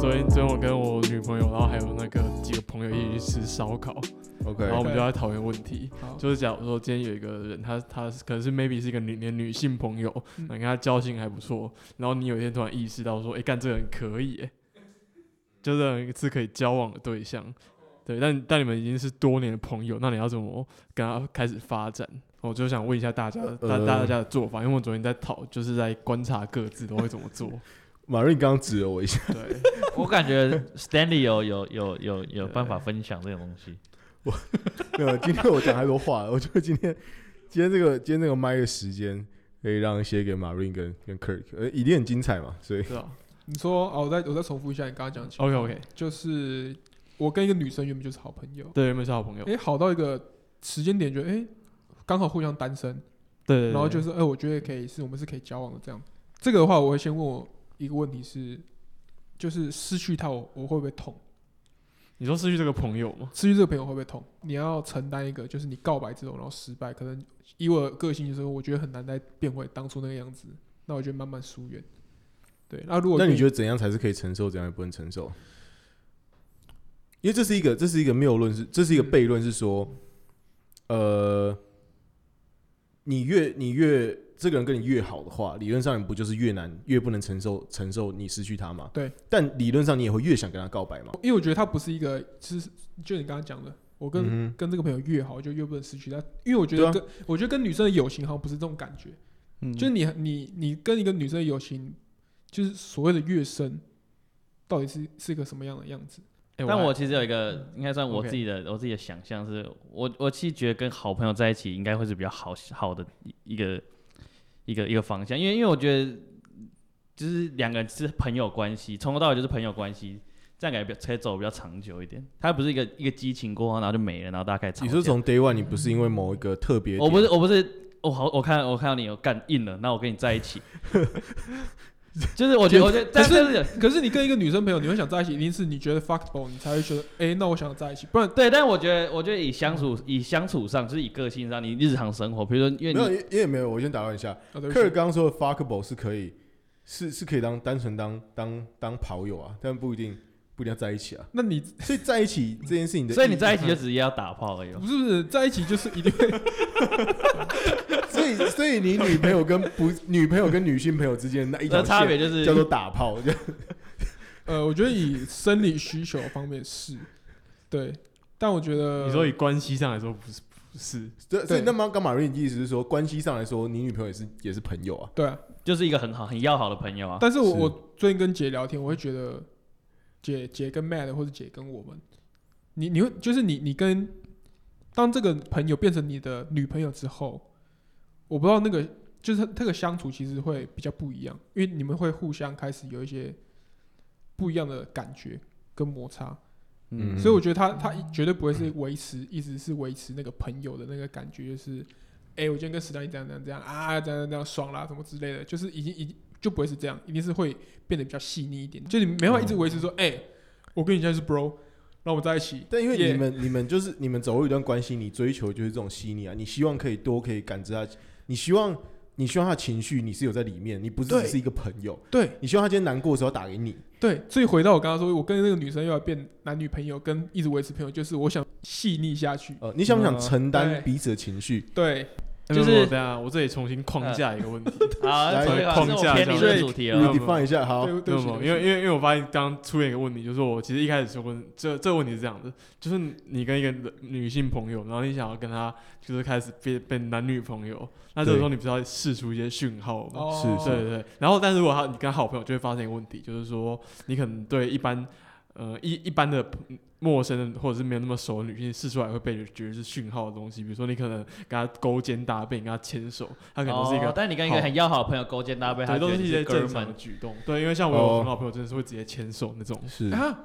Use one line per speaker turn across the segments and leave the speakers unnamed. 昨天昨天我跟我女朋友，然后还有那个几个朋友一起去吃烧烤，
OK，
然后我们就
对
在讨论问题
好，
就是假如说今天有一个人，他他是可能是 maybe 是一个女你的女性朋友，
嗯
你跟他交情还不错，然后你有一天突然意识到说，哎、干这个人可以、欸，就这人是可以交往的对象，对，但但你们已经是多年的朋友，那你要怎么跟他开始发展？我就想问一下大家，大
呃
大家的做法，因为我昨天在讨，就是在观察各自都会怎么做。
马瑞刚刚指了我一 下，
对，
我感觉 Stanley 有有有有有办法分享这种东西。
没有，今天我讲太多话了，我觉得今天今天这个今天这个麦的时间可以让一些给马瑞跟跟 Kirk，呃，一定很精彩嘛，所以
是啊。
你说哦，我再我再重复一下你刚刚讲的情况，
OK OK，
就是我跟一个女生原本就是好朋友，
对，有没有是好朋友？
哎、好到一个时间点，觉得哎，诶刚、好互相单身，
对对，
然后就是是哎、诶我觉得可以是我们是可以交往的这样。这个的话，我会先问我一个问题是，就是失去他我我会不会痛？
你说失去这个朋友吗？
失去这个朋友会不会痛？你要承担一个，就是你告白之后然后失败，可能以我的个性就是，我觉得很难再变回当初那个样子。那我就慢慢疏远。对，那如果
那你
愿意
觉得怎样才是可以承受，怎样也不能承受？因为这是一个，这是一个谬论，是这是一个悖论，是说，呃，你越你越这个人跟你越好的话，理论上你不就是越难越不能承受承受你失去他吗？
对。
但理论上你也会越想跟他告白嘛？
因为我觉得他不是一个，是就你刚刚讲的，我跟、
嗯哼
跟这个朋友越好，就越不能失去他。因为我觉
对
得
啊
跟、我觉得跟女生的友情好像不是这种感觉，
嗯
就是你你你跟一个女生的友情，就是所谓的越深，到底是是一个什么样的样子？
诶
但
还
我其实有一个，应该算我
OK
自己的我自己的想象是，我我其实觉得跟好朋友在一起应该会是比较好好的一一个一个一个方向，因为因为我觉得就是两个人是朋友关系，从头到尾就是朋友关系，这样感觉比较才走比较长久一点。它不是一个一个激情过后然后就没了，然后大家开始吵
你说
架
从 day one 你不是因为某一个特别点，
我不是我不是我好我看我看到你有干硬了，那我跟你在一起， 就是我觉得我觉得但
可是
是
可是你跟一个女生朋友，你会想在一起，一定是你觉得 fuckable，你才会觉得，哎、那我想在一起，不然
对，但我觉得我觉得以相处以相处上，就是以个性上，你日常生活，比如说因为
没有，
你
因为没有，我先打断一下，
啊，对不
克尔
起，
刚刚说的 fuckable 是可以，是是可以当单纯当当当跑友啊，但不一定不一定要在一 起啊。
那你
所以在一起这件事情的意义，
所以你在一
嗯
起就直接要打炮而已哦。
不是不是在一起就是一定会，
所以所以你女朋友跟不 女朋友跟女性朋友之间那一条
那差
线
别就是
叫做打炮， 就
呃，我觉得以生理需求方面是，对，但我觉得
你说以关系上来说不是不是，
对所以那么刚马瑞你的意思是说，关系上来说，你女朋友也是也是朋友啊。
对啊，
就是一个很好很要好的朋友啊。
但是我
是
我最近跟姐聊天，我会觉得姐姐跟 Matt 或者姐跟我们，你你会就是你你跟当这个朋友变成你的女朋友之后，我不知道那个就是这个相处其实会比较不一样，因为你们会互相开始有一些不一样的感觉跟摩擦，
嗯
所以我觉得他他绝对不会是维持一直是维持那个朋友的那个感觉，就是。哎、我今天跟史丹利这样这样这样啊，这样这样这样爽啦，什么之类的，就是已经已经就不会是这样，一定是会变得比较细腻一点，就你没办法一直维持说，
嗯
哎、我跟你现在是 bro，然后我们在一起，
但因为
耶
你们你们就是你们走入一段关系，你追求就是这种细腻啊，你希望可以多可以感知他，你希望你希望他情绪你是有在里面，你不是
对
只是一个朋友，
对
你希望他今天难过的时候打给你，
对，所以回到我刚刚说，我跟那个女生又要变男女朋友，跟一直维持朋友，就是我想细腻下去，
呃，你想不想
嗯
承担
对
彼此的情绪？
对，
诶
就是
没有没有等一下哦啊我这里重新框架一个 问题，
好，
来
那这个
框
是我
架
偏
上
离的主题
你
嗯
哦。
define 一下，好，
对对
对
不起，
吗？
对不起
因为因为因为我发现刚刚出现一个问题，就是我其实一开始说过，这这个问题是这样的，就是你跟一个人女性朋友，然后你想要跟她就是开始变变男女朋友，那这个时候你不是要试出一些讯号吗？
哦，
是
对对对，然后但是如果他你跟好朋友，就会发现一个问题，就是说你可能对一般呃一一般的嗯陌生的或者是没有那么熟的女性试出来会被觉得是讯号的东西，比如说你可能跟她勾肩搭背，你跟她牵手，她可能都是一个、
哦但你跟一个很要好的朋友勾肩搭背，
对，
他觉
都
得
是
你
一
是
些
哥
正常的
们。
举动。对，因为像我有
哦
很好朋友，真的是会直接牵手那种。
是
啊，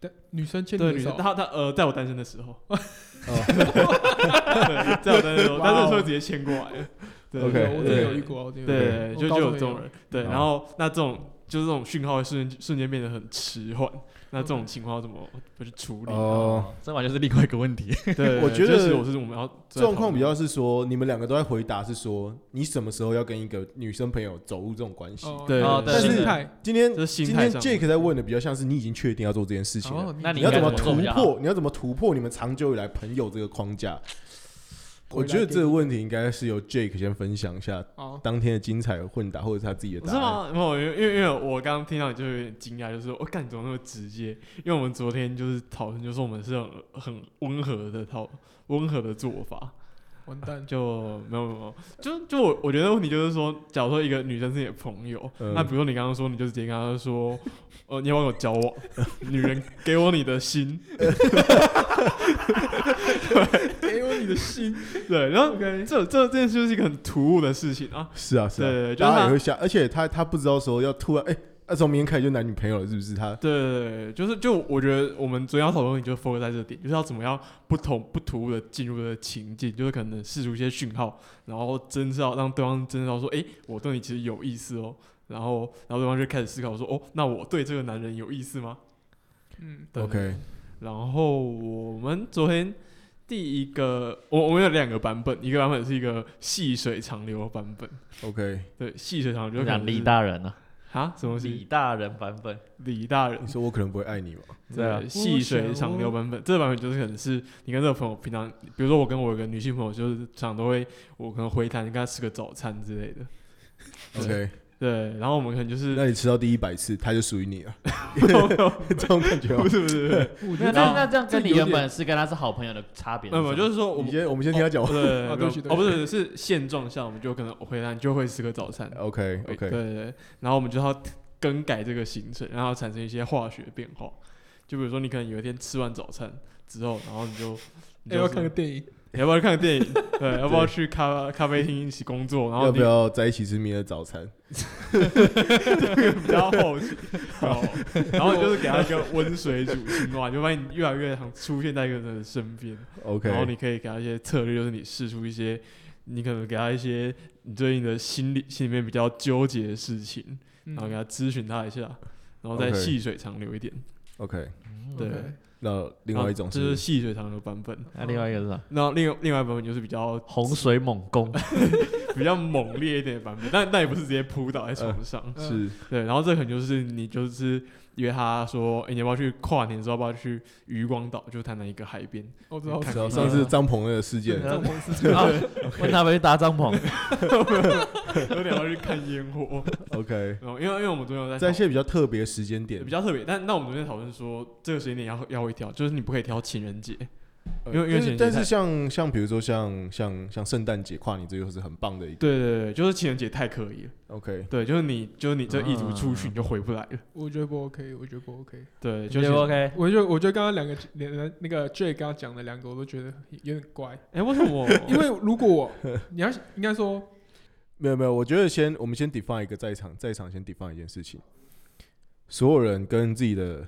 对女生牵你
对，
的
女生
手，
她她呃，在我单身的时候， 对，在我单身的时候，
哇哦
但是会直接牵过来。对
OK，
有我真的
对
有遇过，我真的有遇
对，就
过我高
就有这
哦
中也
种人。对，
好
然后那这种就是这种讯号会瞬间瞬间变得很迟缓。那这种情况要怎么不去处理？啊
哦，
这完全是另外一个问题。
对，
我觉得
这是我是我们要啊再
状
讨
况
论
比较是说，你们两个都在回答是说，你什么时候要跟一个女生朋友走入这种关系？
哦
对
哦对
心
对
态，
今天
这是
今
心态
天
上
Jake 在问的比较像是你已经确定要做这件事情了，
哦，
那
你
你
要
应该
怎么
怎么做
突
比较
破？你要怎么突破你们长久以来朋友这个框架？
回
我
来
觉得
给
这个
你
问题应该是由 Jake 先分享一下
哦，
当天的精彩混打，或者是他自己的
是
答案。
吗？没有，因为因为因为我刚刚听到你就有点惊讶，就是说我干、你怎么那么直接？因为我们昨天就是讨论，就是我们是很很温和的讨温和的做法，
完蛋，
就没有没有没有，就就我我觉得问题就是说，假如说一个女生是你的朋友，
嗯
那比如说你刚刚说，你就直接跟她说，呃，你要不要跟我交 往？女人给我你的心，
给我哎你的心，
对，然后这这这件事就是一个很突兀的事情啊，
是啊，是啊，
对就是
大家
他
也会想，而且他他不知道说要突然哎，那从明天开始就男女朋友了，是不是？他
对对对，就是就我觉得我们主要讨论你就 focus 在这点，就是要怎么样不同不突兀的进入的情境，就是可能试出一些讯号，然后真是要让对方真知道说，诶，我对你其实有意思哦，然后然后对方就开始思考说，哦，那我对这个男人有意思吗？
嗯，
对
OK
然后我们昨天第一个，我我们有两个版本，一个版本是一个细水长流的版本，
OK，
对，细水长流就可
讲
能
李
是
大人呢、
啊什么是
李大人版本，
李大人
你，说我可能不会 爱你吧？
对啊
细水长流版本，这个版本就是可能是你跟这个朋友平常，比如说我跟我有个女性朋友，就是常常都会，我可能回谈，跟她吃个早餐之类的，
OK，
对，然后我们可能就是
那你吃到第一百次，他就属于你了，
没有没有
这种感觉吗
不。是不是， 不是
我觉得
那那
这
那这样跟你
有
原
点
本是跟他是好朋友的差别是
没
什
有
么，
没有，就是 说我
你
们
先，我们先听他讲
对
完。
对
啊对不起对不起
哦不是是现状下，我们就可能回谈就会吃个早餐，
OK
对
OK，
对对，然后我们就要更改这个行程，然后产生一些化学变化，就比如说你可能有一天吃完早餐之后，然后你就。你
哎
就
要
是
看个电影，
你要不要看个电 影？对，要不要去咖咖啡厅一起工作？然后
要
你
不要在一起吃明天的早餐？
比较后 期，哦然后你就是给他一个温水煮青蛙，你就发现你越来越常出现在一个人的身边。
OK，
然后你可以给他一些策略，就是你试出一些，你可能给他一些你最近的心里心里面比较纠结的事情，
嗯
然后给他咨询他一下，然后再
OK
细水长流一点。
OK，
对啊
OK，
那另外一种
这是
是
细水长流版本。
那另外一个是啥？
那另另外一版本就是比较
洪水猛 攻，
比较猛烈一点的版本，但但也不是直接扑倒在床上，
嗯
是
对，然后这可能就是你就是约他说，哎、你要不要去跨年的时候要不要去渔光岛，就是台南一个海边，
我知道，
看
知道
嗯
上次张鹏的事件，
啊
这种 事情，
然后啊问他们去搭帐篷，
有点要去看烟火。
OK，
然后因为因为我们昨天有在
在一
讨
些比较特别的时间点
比，较特别，但那我们昨天讨论说这个时间点要要会挑，就是你不可以挑情人节，
呃
因为因为情
但
人
是
节
但
太
是像像比如说像像像圣诞节、跨年，这又是很棒的一个。
对对对，就是情人节太可以了，
OK，
对，就是你就是你这一族出去
啊
你就回不来了，
我觉得不 OK，我觉得不 OK，
对，
觉
就
得
是
OK？
我就我觉得刚刚两个两那个 J 刚刚讲的两个，我都觉得有点怪，
哎、为什么？
因为如果我你要应该说
没有没有，我觉得先我们先 define 一个在场，在场先 define 一件事情，所有人跟自己的，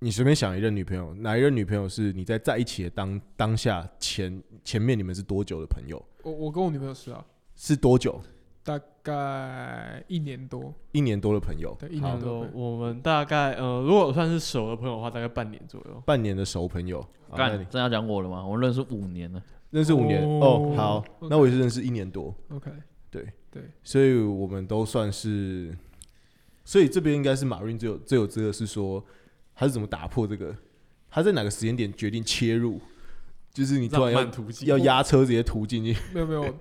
你随便想一任女朋友，哪一任女朋友是你在在一起的当当下前前面你们是多久的朋友？
我我跟我女朋友是啊，
是多久？
大概一年多，
一年多的朋友，
对，一年多
我
会，
我们大概呃，如果算是熟的朋友的话，大概半年左右。
半年的熟朋友，好啊那你
干，真要讲我了吗？我们认识五年了，
认识五年
哦
哦，好，
OK
那我也是认识一年多，
OK，
对
对，
所以我们都算是，所以这边应该是马云最有最有资格是说他是怎么打破这个，他在哪个时间点决定切入，就是你突
浪
然
漫
要
途径
要压车直接突进去，
没有 没有，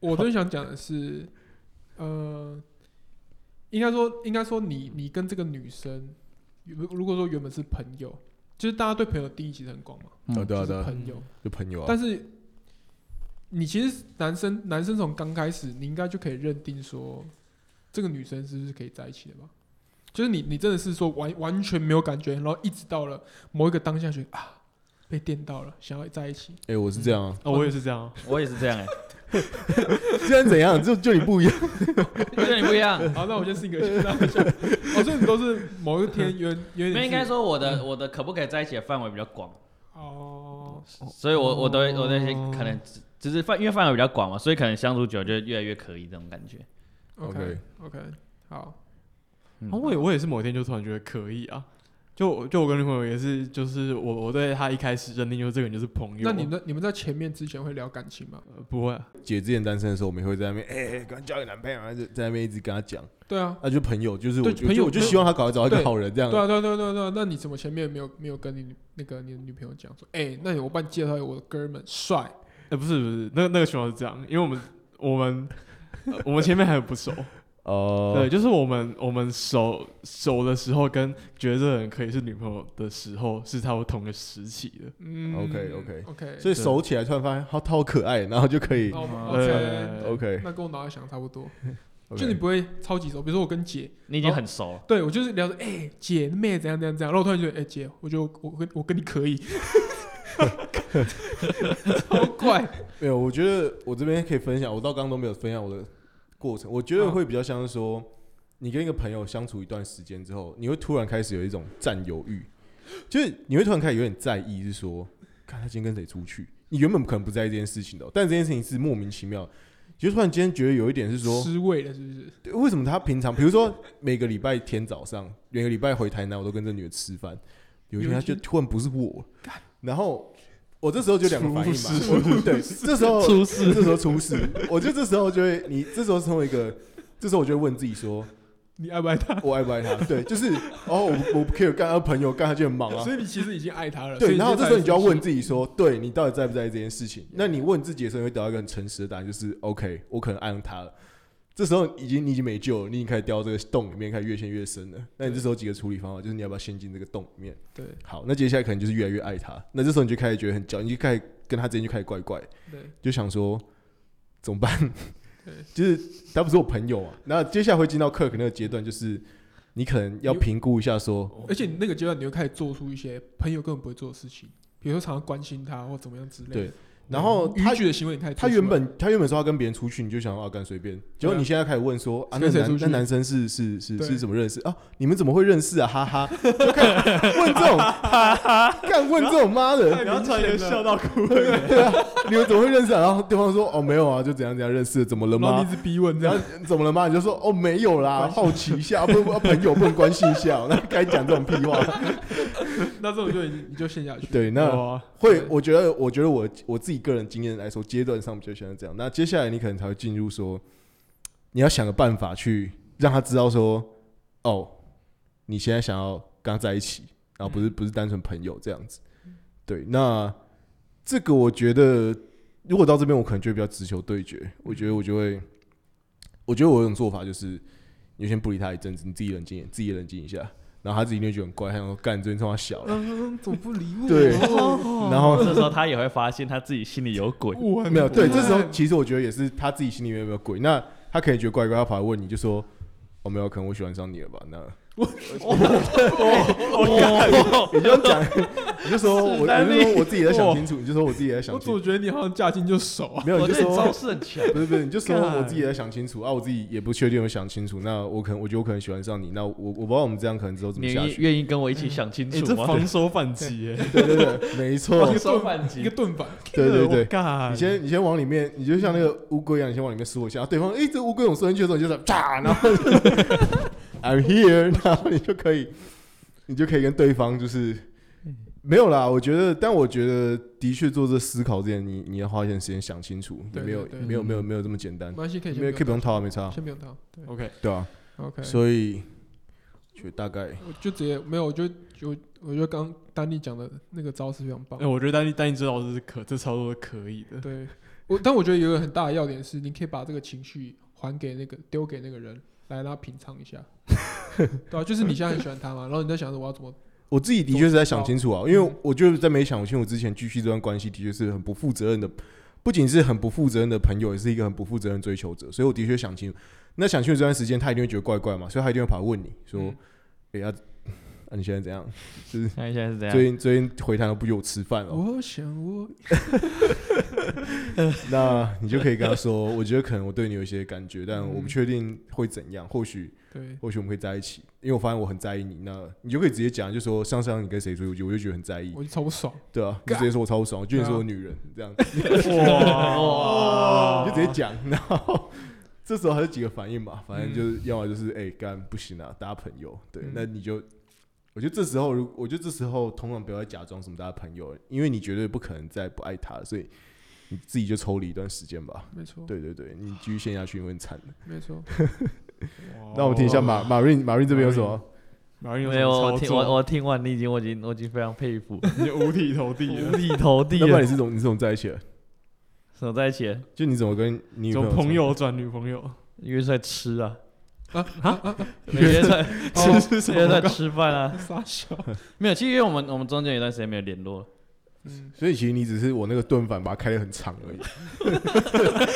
我最想讲的是，呃，应该说应该说你你跟这个女生，如如果说原本是朋友，就是大家对朋友的定义其实很广嘛，
嗯
哦对啊
就是
对啊，
朋友，
就朋友啊
但，是你其实男生男生从刚开始，你应该就可以认定说，这个女生是不是可以在一起的吧？就是你你真的是说完完全没有感觉，然后一直到了某一个当下觉得啊被电到了，想要在一起，
哎，我是这样啊，
哦，我也是这样啊。
我也是这样哎，
这样怎样？就就你不一样，
我觉得你不一样。
好，那我先是一个，先让 一下。哦，所以你都是某一天有
嗯
有点
那
是
应该说我的我的可不可以在一起的范围比较广，
哦，
所以我我都会我那些
哦
可能只就是范，因为范围比较广嘛，所以可能相处久就越来越可以这种感觉。
OK OK，好，
嗯
啊，我也我也是某一天就突然觉得可以啊，就我就我跟女朋友也是，就是我我对她一开始认定就是这个人就是朋友，
那你们在你们在前面之前会聊感情吗？
嗯
呃不会啊、
姐之前单身的时候，我们也会在那边，哎、欸，赶快交个男朋友，然后就在那边一直跟她讲，
对啊，
那、就朋友，就是我
对
就
朋友
我就希望她赶快找到一个
对
好人这样。
对啊，对啊，对啊，对啊，对啊那你怎么前面没有没有跟你女那个你的女朋友讲说，哎、那我帮你介绍一个我的哥们，帅，
呃不是不是，那那个情况是这样，因为我们我们、呃我们前面还不熟，
哦、
对，就是我们我们熟熟的时候跟觉得这个人可以是女朋友的时候是差不多同个时期的，
嗯
OK，OK
OK，
所以熟起来突然发现她她好可爱，然后就可以
那我们
嗯
OK，
呃
哦 OK，,
那跟我脑袋想的差不多，
o
就你不会超级熟，比如说我跟姐，
你已经很熟了，
对我就是聊着，哎、姐妹怎样怎样怎样，然后我突然觉得，哎、姐，我觉得我我跟我跟你 可以，超怪，
没有，我觉得我这边可以分享，我到刚刚都没有分享我的过程。我觉得会比较像是说，你跟一个朋友相处一段时间之后，你会突然开始有一种占有欲，就是你会突然开始有点在意，是说，看他今天跟谁出去，你原本可能不在意这件事情的哦、但这件事情是莫名其妙，就突然间觉得有一点是说，
失味了是不是？
对为什么他平常，比如说每个礼拜天早上，每个礼拜回台南，我都跟这女的吃饭，有一天
有
她
一
就
天
突然不是我，然后我这时候就两个反应
出
嘛
事，
我 对，这时候
出事
这时候出事，我觉得这时候就会，你这时候成为一个，这时候我就会问自己说，
你爱不爱他？
我爱不爱他？对，就是哦，我我不 care，干他朋友，干他就很忙啊
所，以你其实已经爱他了，所以
对，然后这时候你就要问自
己，
己说，对你到底在不在意这件事情？那你问自己的时候，你会得到一个很诚实的答案，就是 OK，我可能爱上他了。这时候已经你已经没救了，你已经开始掉到这个洞里面，开始越陷越深了。那你这时候几个处理方法，就是你要不要陷进这个洞里面？
对
好，那接下来可能就是越来越爱他。那这时候你就开始觉得很焦，你就开始跟他之间就开始怪怪，
对
就想说怎么办
对？
就是他不是我朋友啊。那接下来会进到 Kirk 那个阶段，就是你可能要
你
评估一下说，
而且你那个阶段，你会开始做出一些朋友根本不会做的事情，比如说常常关心他或怎么样之类的。
对然后
逾
他
矩的行为你开始做
他
出来。
原本他原本说要跟别人出去，你就想要干随便。结果你现在开始问说啊，那
跟谁
男
出去
那男生是是是
对
是怎么认识啊？你们怎么会认识啊？哈哈，就开始问 这种，干问这种妈的，
然后突然间笑到哭，
对啊，你们怎么会认识啊？然后对方说哦没有啊，就怎样怎样认识的，怎么了
然后你
吗
一？直逼问这
然
样
后，怎么了吗？你就说哦没有啦，好奇一下，不不朋友不能关心一下 哦，那该讲这种屁话。
那这种就已经你就陷下去。
对，那
哇
会
对，
我觉得，我觉得我我自己个人经验来说，阶段上比较喜欢这样。那接下来你可能才会进入说，你要想个办法去让他知道说，哦，你现在想要跟他在一起，然后不是、不是单纯朋友这样子。对，那这个我觉得，如果到这边我可能就会比较直球对决。我觉得我就会，我觉得我有种做法就是，你就先不理他一阵子，你自己冷静一点，自己冷静一下，然后他自己就会觉得很乖，他想说干，你最近冲他小了。
嗯，怎么不理我？
对然后
这时候他也会发现他自己心里有 鬼，
我很
没有，对，
不
这
爱
时候其实我觉得也是他自己心里面有没有鬼。那他可能觉得怪怪，他跑来问你，就说：“哦，没有，可能我喜欢上你了吧？”那
哦
你就讲，你就说我，
史丹利
你就说我自己在想清楚，你就说我自己在想
我
清楚
总，觉得你好像驾轻就熟 啊。
没有，
我
你就
这
说
招式很强，
不是不是，你就说
干
我自己在想清楚啊，我自己也不确定有没有想清楚。那我可能，我觉得我可能喜欢上你。那我我不知道我们这样可能之后怎么
你
下
愿意
去。
愿意跟我一起想清
你、
楚
这
吗？
防守反击、欸，
对对对，没 错
防，守反击
一个，盾反，
对 对对。
啊
干
你先，你先往里面，你就像那
嗯
个乌龟一样，你先往里面缩一下。对方，哎、这乌龟涌缩进去的时候，你就是 炸，然后 I'm here，然后你就可以，你就可以跟对方就是没有啦。我觉得，但我觉得的确做这思考之前，你你要花一点时间想清楚，
对
没有
对对
没有没有没有这么简单
没，关系，可以
因
先
为可以不用
用
套啊，没差
套，，先不用套。对
OK，
对啊。
，OK，
所以，就大概
我就直接没有，我就就我觉得刚丹尼讲的那个招式非常棒
哎、。我觉得丹尼丹尼知道这是可这操作是可以的，
对我，但我觉得有一个很大的要点是，你可以把这个情绪还给那个丢给那个人，来让他品尝一下。对啊，就是你现在很喜欢他嘛，然后你在想着我要怎么，
我自己的确是在想清楚啊，因为我觉得在没想清楚之前，继续这段关系的确是很不负责任的，不仅是很不负责任的朋友，也是一个很不负责任的追求者。所以我的确想清楚，那想清楚这段时间，他一定会觉得怪怪嘛，所以他一定会跑来问你说
嗯：“
哎、呀、啊你现在怎样？就是
看一下是怎
最
样。
近最近回台都不约我吃饭哦。
我想我，
那你就可以跟他说，我觉得可能我对你有一些感觉，但我不确定会怎样，或许
对
或许我们可以在一起，因为我发现我很在意你。那你就可以直接讲，就说上上你跟谁出去，我就觉得很在意。
我就超不爽。
对啊，你就直接说我超不爽，我觉得你是我女人这样，
哇
你就直接讲，然后这时候还有几个反应嘛，反正就是要么就是哎干、不行啊，大家朋友，对，
嗯
那你就，我觉得这时候如我觉得这时候通常不要再假装什么大家朋友，因为你绝对不可能再不爱他了，所以你自己就抽离一段时间吧。
没错，
对对对，你继续陷下去你会很惨的。
没错。
哦
那我们听一下马马瑞马瑞这边有什么？
马云
没有，我
有什
听
么
我
操
我听完你已经，我已经我已经非常佩服，
作，你五体投地
五
了，
体投地
那不然
了
你。是怎么你是怎么在一起的？
什么在一起？
就你怎么跟你女
从
朋友
朋友转女朋
哦
友，
约出来吃啊？
啊
约出来
哦
这是什
约出
么
来？吃 饭啊？
傻笑，
没有，其实因为我们我们中间有一段时间没有联 络了，
嗯，
所以其实你只是我那个盾反把它开的很长而已。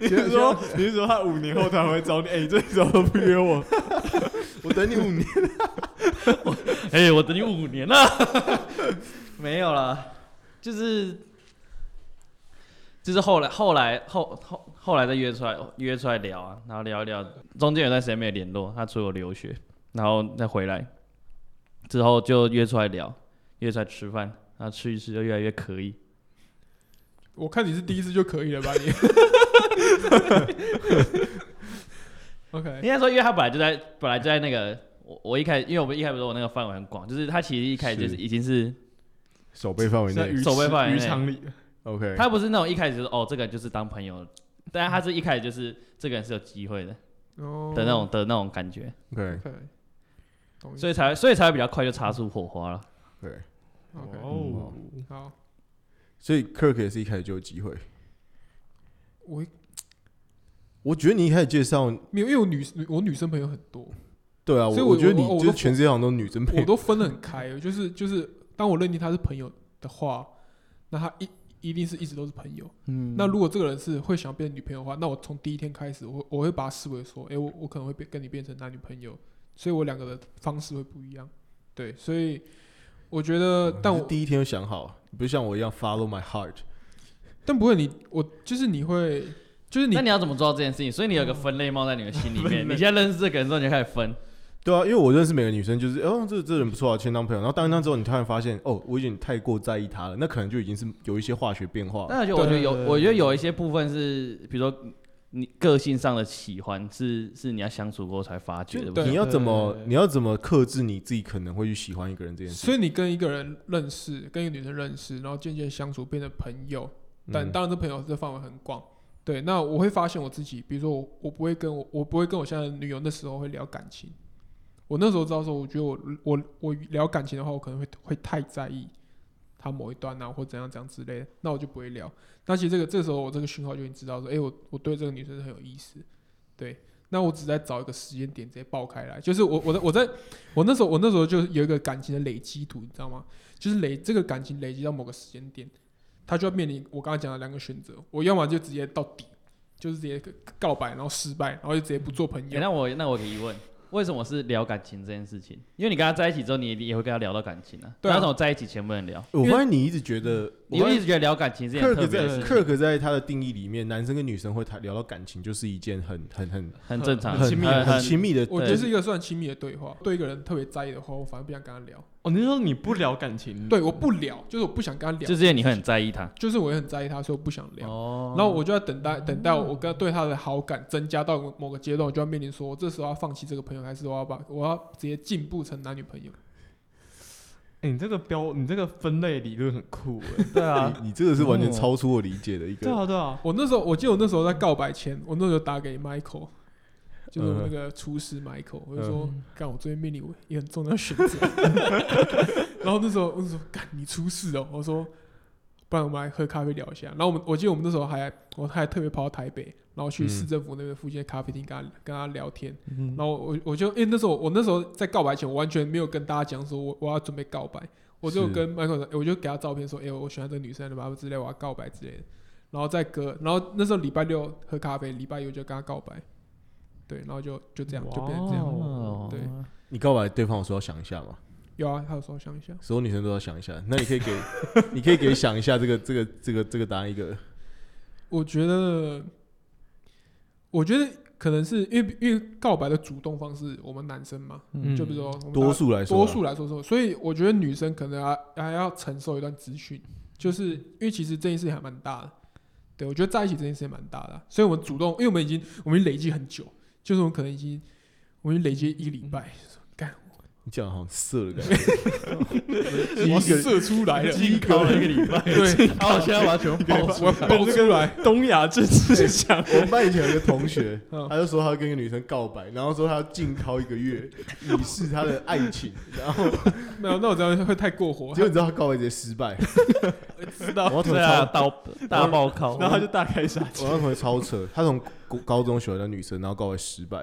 你是说你是说他五年后他还会找你？哎，你这时候都不约 我，
我等你五年，
哎、我等你五年了， 没有啦，就是就是后来后来后后后来再约出来约出来聊啊，然后聊一聊，中间有段时间没有联络，他出国留学，然后再回来之后就约出来聊，约出来吃饭，然后吃一吃就越来越可以，
我看你是第一次就可以了吧你？OK，
应该说，因为他本来就在本来就在那个。我我一开始，因为我们一开始说我那个范围很广，就是他其实一开始就是
是
已经是，
手背范围
在
内
鱼
手背范围
鱼
内
场里，
，OK，
他不是那种一开始就是哦这个就是当朋友，但是他是一开始就是这个人是有机会的，
哦
的那种的那种感觉，
OK
，OK，懂
所以才所以才会比较快就擦出火花了。
对，
OK，
哦，
好，
所以 Kirk 也是一开始就有机会。
我
我觉得你一开始介绍，
没有，因为我女女我女生朋友很多，
对啊，
所以
我
我
觉得你
我我
就是
都
全世界上都是女生配
我，都分得很开，就是就是，当我认定他是朋友的话，那他一一定是一直都是朋友。
嗯
那如果这个人是会想变女朋友的话，那我从第一天开始，我我会把他视为说，诶，我我可能会变跟你变成男女朋友，所以我两个的方式会不一样。对，所以我觉得，但
哦你是
我
第一天就想好，你不是像我一样 follow my heart。
但不会你，我就是你会，就是你
那你要怎么做到这件事情？所以你有个分类帽在你的心里面，你现在认识这个人之后，你就开始分。
对啊，因为我认识每个女生，就是哦，这这人不错啊，先当朋友。然后当一当之后，你突然发现，哦，我有点太过在意她了，那可能就已经是有一些化学变化了。
但我觉得我觉得有
对，
我觉得有一些部分是，比如说你个性上的喜欢，是是你要相处过才发觉的。
对
你要怎么
对，
你要怎么克制你自己可能会去喜欢一个人这件事？
所以你跟一个人认识，跟一个女生认识，然后渐渐相处，变成朋友。但
嗯
当然，这朋友这范围很广。对，那我会发现我自己，比如说我，我不会跟我，我不会跟我现在的女友那时候会聊感情。我那时候知道说，我觉得我我我聊感情的话，我可能会会太在意他某一段啊，或怎样怎样之类的，那我就不会聊。那其实这个这时候我这个讯号就已经知道说，哎、我我对这个女生是很有意思，对。那我只在找一个时间点直接爆开来，就是我我在我在我那时候我那时候就有一个感情的累积图，你知道吗？就是累这个感情累积到某个时间点，他就要面临我刚才讲的两个选择，我要么就直接到底，就是直接告白，然后失败，然后就直接不做朋
诶
友。
哎那我那我有个疑问，为什么是聊感情这件事情？因为你跟他在一起之后，你也会跟他聊到感情啊。
对啊
那为什么在一起前不能聊？
我发现你一直觉
嗯
得，
你
我
会
发
一
现
直觉得聊感情是件很特
Kirk
别的
在
事情，
Kirk 在他的定义里面，男生跟女生会谈聊到感情，就是一件很很很
很正常，
很亲密的
很很
很
亲密的。
我觉得是一个算亲密的对话，对一个人特别在意的话，我反而不想跟他聊。
哦，你是说你不聊感情？
对，我不聊，就是我不想跟他聊，
嗯就是因为你会很在意他。
就是我也很在意他，所以我不想聊。
哦
然后我就要等待，等待我跟对他的好感增加到某个阶段，我就要面临说，我这时候要放弃这个朋友，还是我要把我要直接进步成男女朋友？
哎，你这个标，你这个分类理论很酷哎。
对啊，
你你这个是
哦
完全超出我理解的 一
对
个。
啊，对啊，
我那时候，我记得我那时候在告白前，我那时候打给 Michael，就是我那个厨师 Michael，我就说，干，我最近面临一个很重要的选择。然后那时候我就说，干，你出事哦！我说，不然我们来喝咖啡聊一下。然后我们，我记得我们那时候还，我还特别跑到台北，然后去
嗯
市政府那边附近的咖啡厅跟他跟他聊天。
嗯
然后我我就因为那时候我那时候在告白前，我完全没有跟大家讲说我我要准备告白，我就是跟 Michael 说，诶我就给他照片说，哎、我喜欢这个女生，然后之类，我要告白之类的。然后再隔，然后那时候礼拜六喝咖啡，礼拜一就跟他告白，对，然后就就这样就变成这样。
哦
对
你告白对方，我说要想一下嘛，
有啊，他有说想一下，
所有女生都要想一下。那你可以给，你可以给想一下这个这个这个这个答案一个。
我觉得，我觉得可能是因为因为告白的主动方式，我们男生嘛，
嗯
就比如说我们大
多
家
数来说啊，
多数来说说，所以我觉得女生可能还还要承受一段资讯，就是因为其实这件事情还蛮大的，对我觉得在一起这件事也蛮大的啊、所以我们主动，因为我们已经我们已经累积很久，就是我们可能已经我们已经累积一个礼拜，
你讲得好像色的感 觉，
我要射出来了，
已经考了一个礼拜，啊
对，
然后我现在把它全部爆出
我要爆出来，
东亚政治强，
我们班以前有一个同学，
嗯
他就说他跟一个女生告白，然后说他要禁靠一个月，以示他的爱情。然后
没有，那我这样会太过火，
结果你知道他告白直接失败，
知道
我要同
对
学超，
啊，大大爆考，
然后他就大开杀
我
戒。
要同学超扯。他从高高中喜欢的女生，然后告白失败，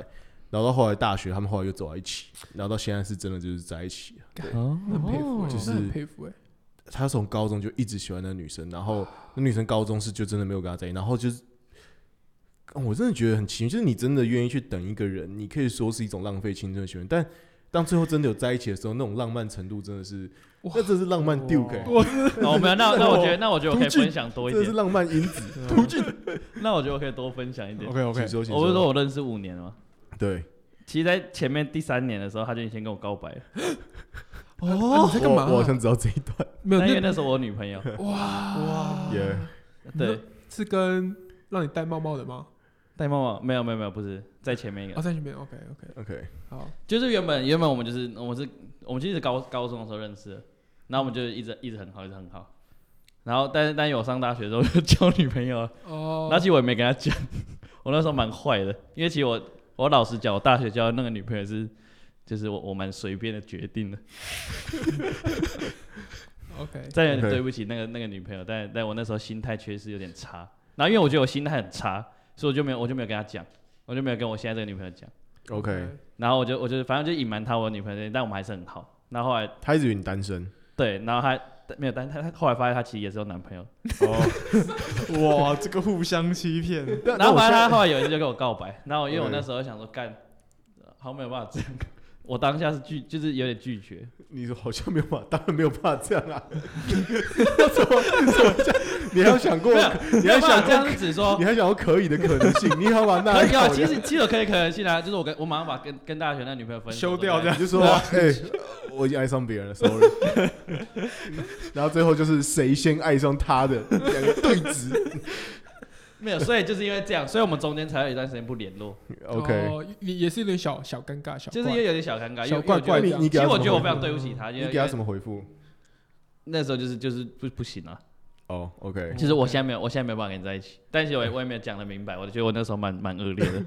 然后到后来大学，他们后来又走在一起，然后到现在是真的就是在一起了。
很佩服
哦
欸，
就是
真的很佩服哎，
他从高中就一直喜欢那女生，然 后那女生高中是就真的没有跟他在一起，然后就是。嗯我真的觉得很奇妙，就是你真的愿意去等一个人，你可以说是一种浪费青春的行为，但当最后真的有在一起的时候，那种浪漫程度真的 是，
哇
那真是浪漫丢给，
我
哦，没有，那那我觉得，那我觉得我可以分享多一
这是
点，
浪漫因 子。
途径
那我觉得我可以多分享一点。
OK
请
OK，
说，请
我不是说
说，
我认识五年了吗？
对，
其实，在前面第三年的时候，他就已经跟我告白了。
哦，你在干嘛啊？
我我好像知道这一 段，
没有
但因为那时候我有女朋友，
哇
耶，
对，
是跟让你戴帽帽的吗？
戴帽帽没有没有没有，不是在前面一
哦，
个，
在那边，OK OK，
OK，
好，
就是原本原本我们就是我们是我们其实高高中的时候认识的，然后我们就一直一直很好，一直很好。然后，但是但是我上大学之后就交女朋友了，
哦，
那其实我也没跟他讲， 我那时候蛮坏的，因为其实我我老实讲，我大学交的那个女朋友是，就是我我蛮随便的决定的，
OK，
再有点
OK
对不起那个那个女朋友，但但我那时候心态确实有点差，然后因为我觉得我心态很差，所以我就没有我就没有跟她讲，我就没有跟我现在这个女朋友讲，
OK，
呃
然后我就我就反正就隐瞒她我女朋友，但我们还是很好。然后后来
他一直以为你单身，
对，然后她没有，但她她后来发现她其实也是有男朋友，
哇，这个互相欺骗，
但
然
但
后
我
反
现
正他
在
后来有一次就跟我告白，然后因为我
OK
那时候想说干，好像没有办法这样，我当下是拒，就是有点拒绝，
你好像没有办法，当然没有办法这样啊， 要怎么怎么这样？你还有想过
没有，
你还
没有办
想
法
过
这样是指说
你。还想要可以的可能性，你好把那
哦可以啊，其实其实有可以可能性啊，就是我跟我马上把跟跟大学那女朋友分手
修掉这
对不
样
你就说哎、我已经爱上别人了，sorry。然后最后就是谁先爱上他的两个对峙
对没有，所以就是因为这样，所以我们中间才有一段时间不 联络，
，OK。
哦也也是有点小小尴尬，小
就是因
怪
为有点小尴尬，因
小
为
怪怪
你
这样
你
其
给
实
他
我
什么
觉得我
回
非常对不起她，因
你
为
给他
因
什
为
么回复？
那时候就是就是不不行啊，
哦，OK、o k
就是我现在没有我现在没有办法跟你在一起，但其实我也我也没有讲的明白，我觉得我那时候蛮蛮恶劣的，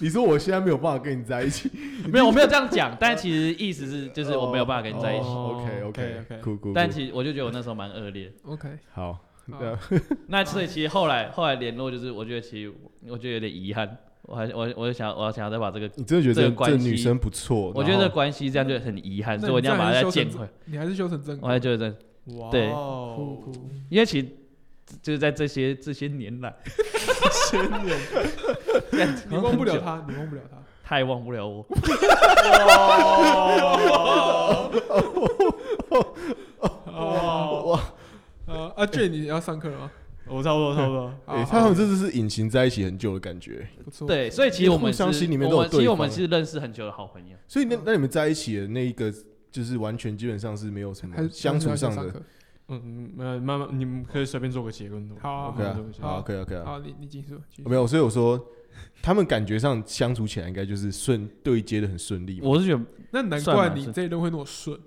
你说我现在没有办法跟你在一起，
没有我没有这样讲，但其实意思是就是我没有办法跟你在一起，
哦
OK OK
OK，OK
酷酷。
但其实我就觉得我那时候蛮恶劣的，
哦 OK，
好，
好
那
那所以其实后来后来联络就是我觉得其实我觉得有点遗憾，我还我我就想我想要再把这个
你真的觉得
这个
这
关
这
系
女生不错？
我
哦
觉
然
得
后
关系这样就很遗憾，
那
所以我一定要把它再建
你这
回。
你还是修成正
我
果，
还觉得，
哇
对
酷酷，
因为其实就是在这些这些年来，
千年
你忘不了他，你忘不了他，
他也忘不了我。
哦，
呃，阿俊你要上课了吗？
我差不多差不多，
好
诶
好
他们这次是隐形在一起很久的感觉。
不错，，
对，所以其实我们
互相
是
心里面都有
我们
对
其实我们
方
是认识很久的好朋友。
所以那
嗯
那你们在一起的那一个，就是完全基本上是没有什
还
么
是
相处上
还是要
的
上。课
嗯，呃，慢慢你们可以随便做个结论的，
好
我
可以
们
啊
做个结论
好
好
，OK OK 啊。
好，你你继续，继续
没有，所以我说他们感觉上相处起来应该就是顺对接的很顺利嘛。
我是觉得
那难
算
怪
了
你
是
这一轮会那么顺，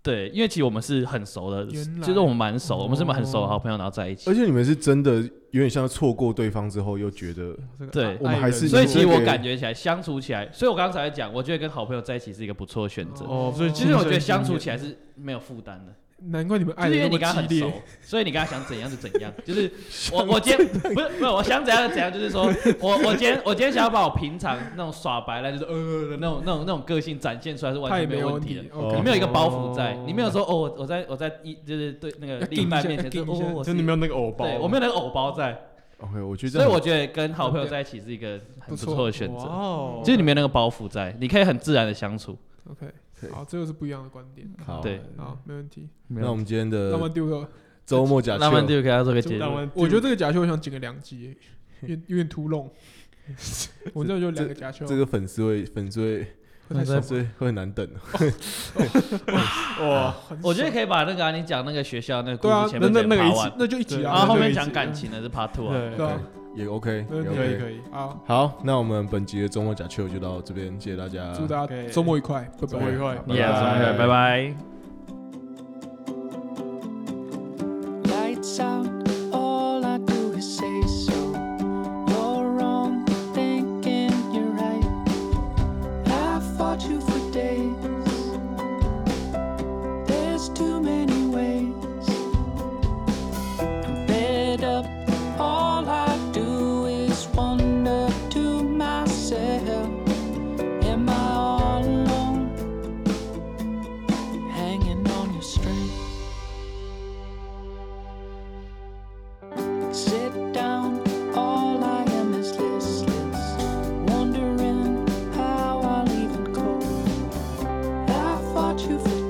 对，因为其实我们是很熟的，
原来哦
就是我们蛮熟，我们是很熟的好朋友，然后在一起
而。且你们是真的有点像错过对方之后又觉得，
这个
对
我们还是
所以其实
你
我
们会
感觉起来相处起来，所以我刚才讲，我觉得跟好朋友在一起是一个不错的选择。
哦，所以
其实我觉得相处起来是没有负担的，
难怪你们
就
爱
是因
的哎
为
那
你跟他
么
很
激
熟
烈，，
所以你跟他想怎样就怎 样。就是我我今天不是不是我想怎样就怎样，就 是说我我今天我今天想要把我平常那种耍白赖就是呃呃的那种那种那种个性展现出来是完
他也
全
没
没
有
有
问
问题的
题。
哦
，OK，
你没有一个包袱在，
哦
你没有说哦，我我在我在一就是对那个
要
另一半面前
盯
说
一下要盯一下
哦，我
就是你没有那个偶包，
对我没有那个偶包在，
OK，我觉得这
所以
样
我觉得跟好朋友在一起是一个很不错的选
哇
择，
哦，
就是你没有那个包袱在，你可以很自然的相处。
OK，
对
好，这又是不一样的观点。
好。呃
对
好，没问题。
那我们今天
那
的
么丢个，
周末假
那么
期，哦
就给他做个结
但
论，
我觉得这个假球我想剪个两 集， 有点有点突弄。我这就两个假球，
这个粉丝会粉丝会
那太
那在
爽
所以会很难等啊。
哇，
了。
我觉得
以，
可以把那个、啊、你讲那个学校那个故
对啊
事前面
那
整
那那个
爬
一起
完，
那就一集
对
然
啊
后，后
那
面
个一
讲
起
感情的是 Part Two 啊。
对
对啊，
也 OK，
对
也
可以
OK。
可以，
好，
好，那我们本集的周末假球就到这边，谢谢大家，
祝大家
，OK
嗯周末愉快，拜
周
拜
我。一块。
拜
Yeah，
拜
拜拜。
Lights out, all I do is say so. You're wrong, thinking you're right. I fought you for days. There's too many ways. I'm fed up, all I do is wonder to myself. Am I all alone? Hanging on your string. Sit down, all I am is listless, wondering how I'll even cope. I fought you for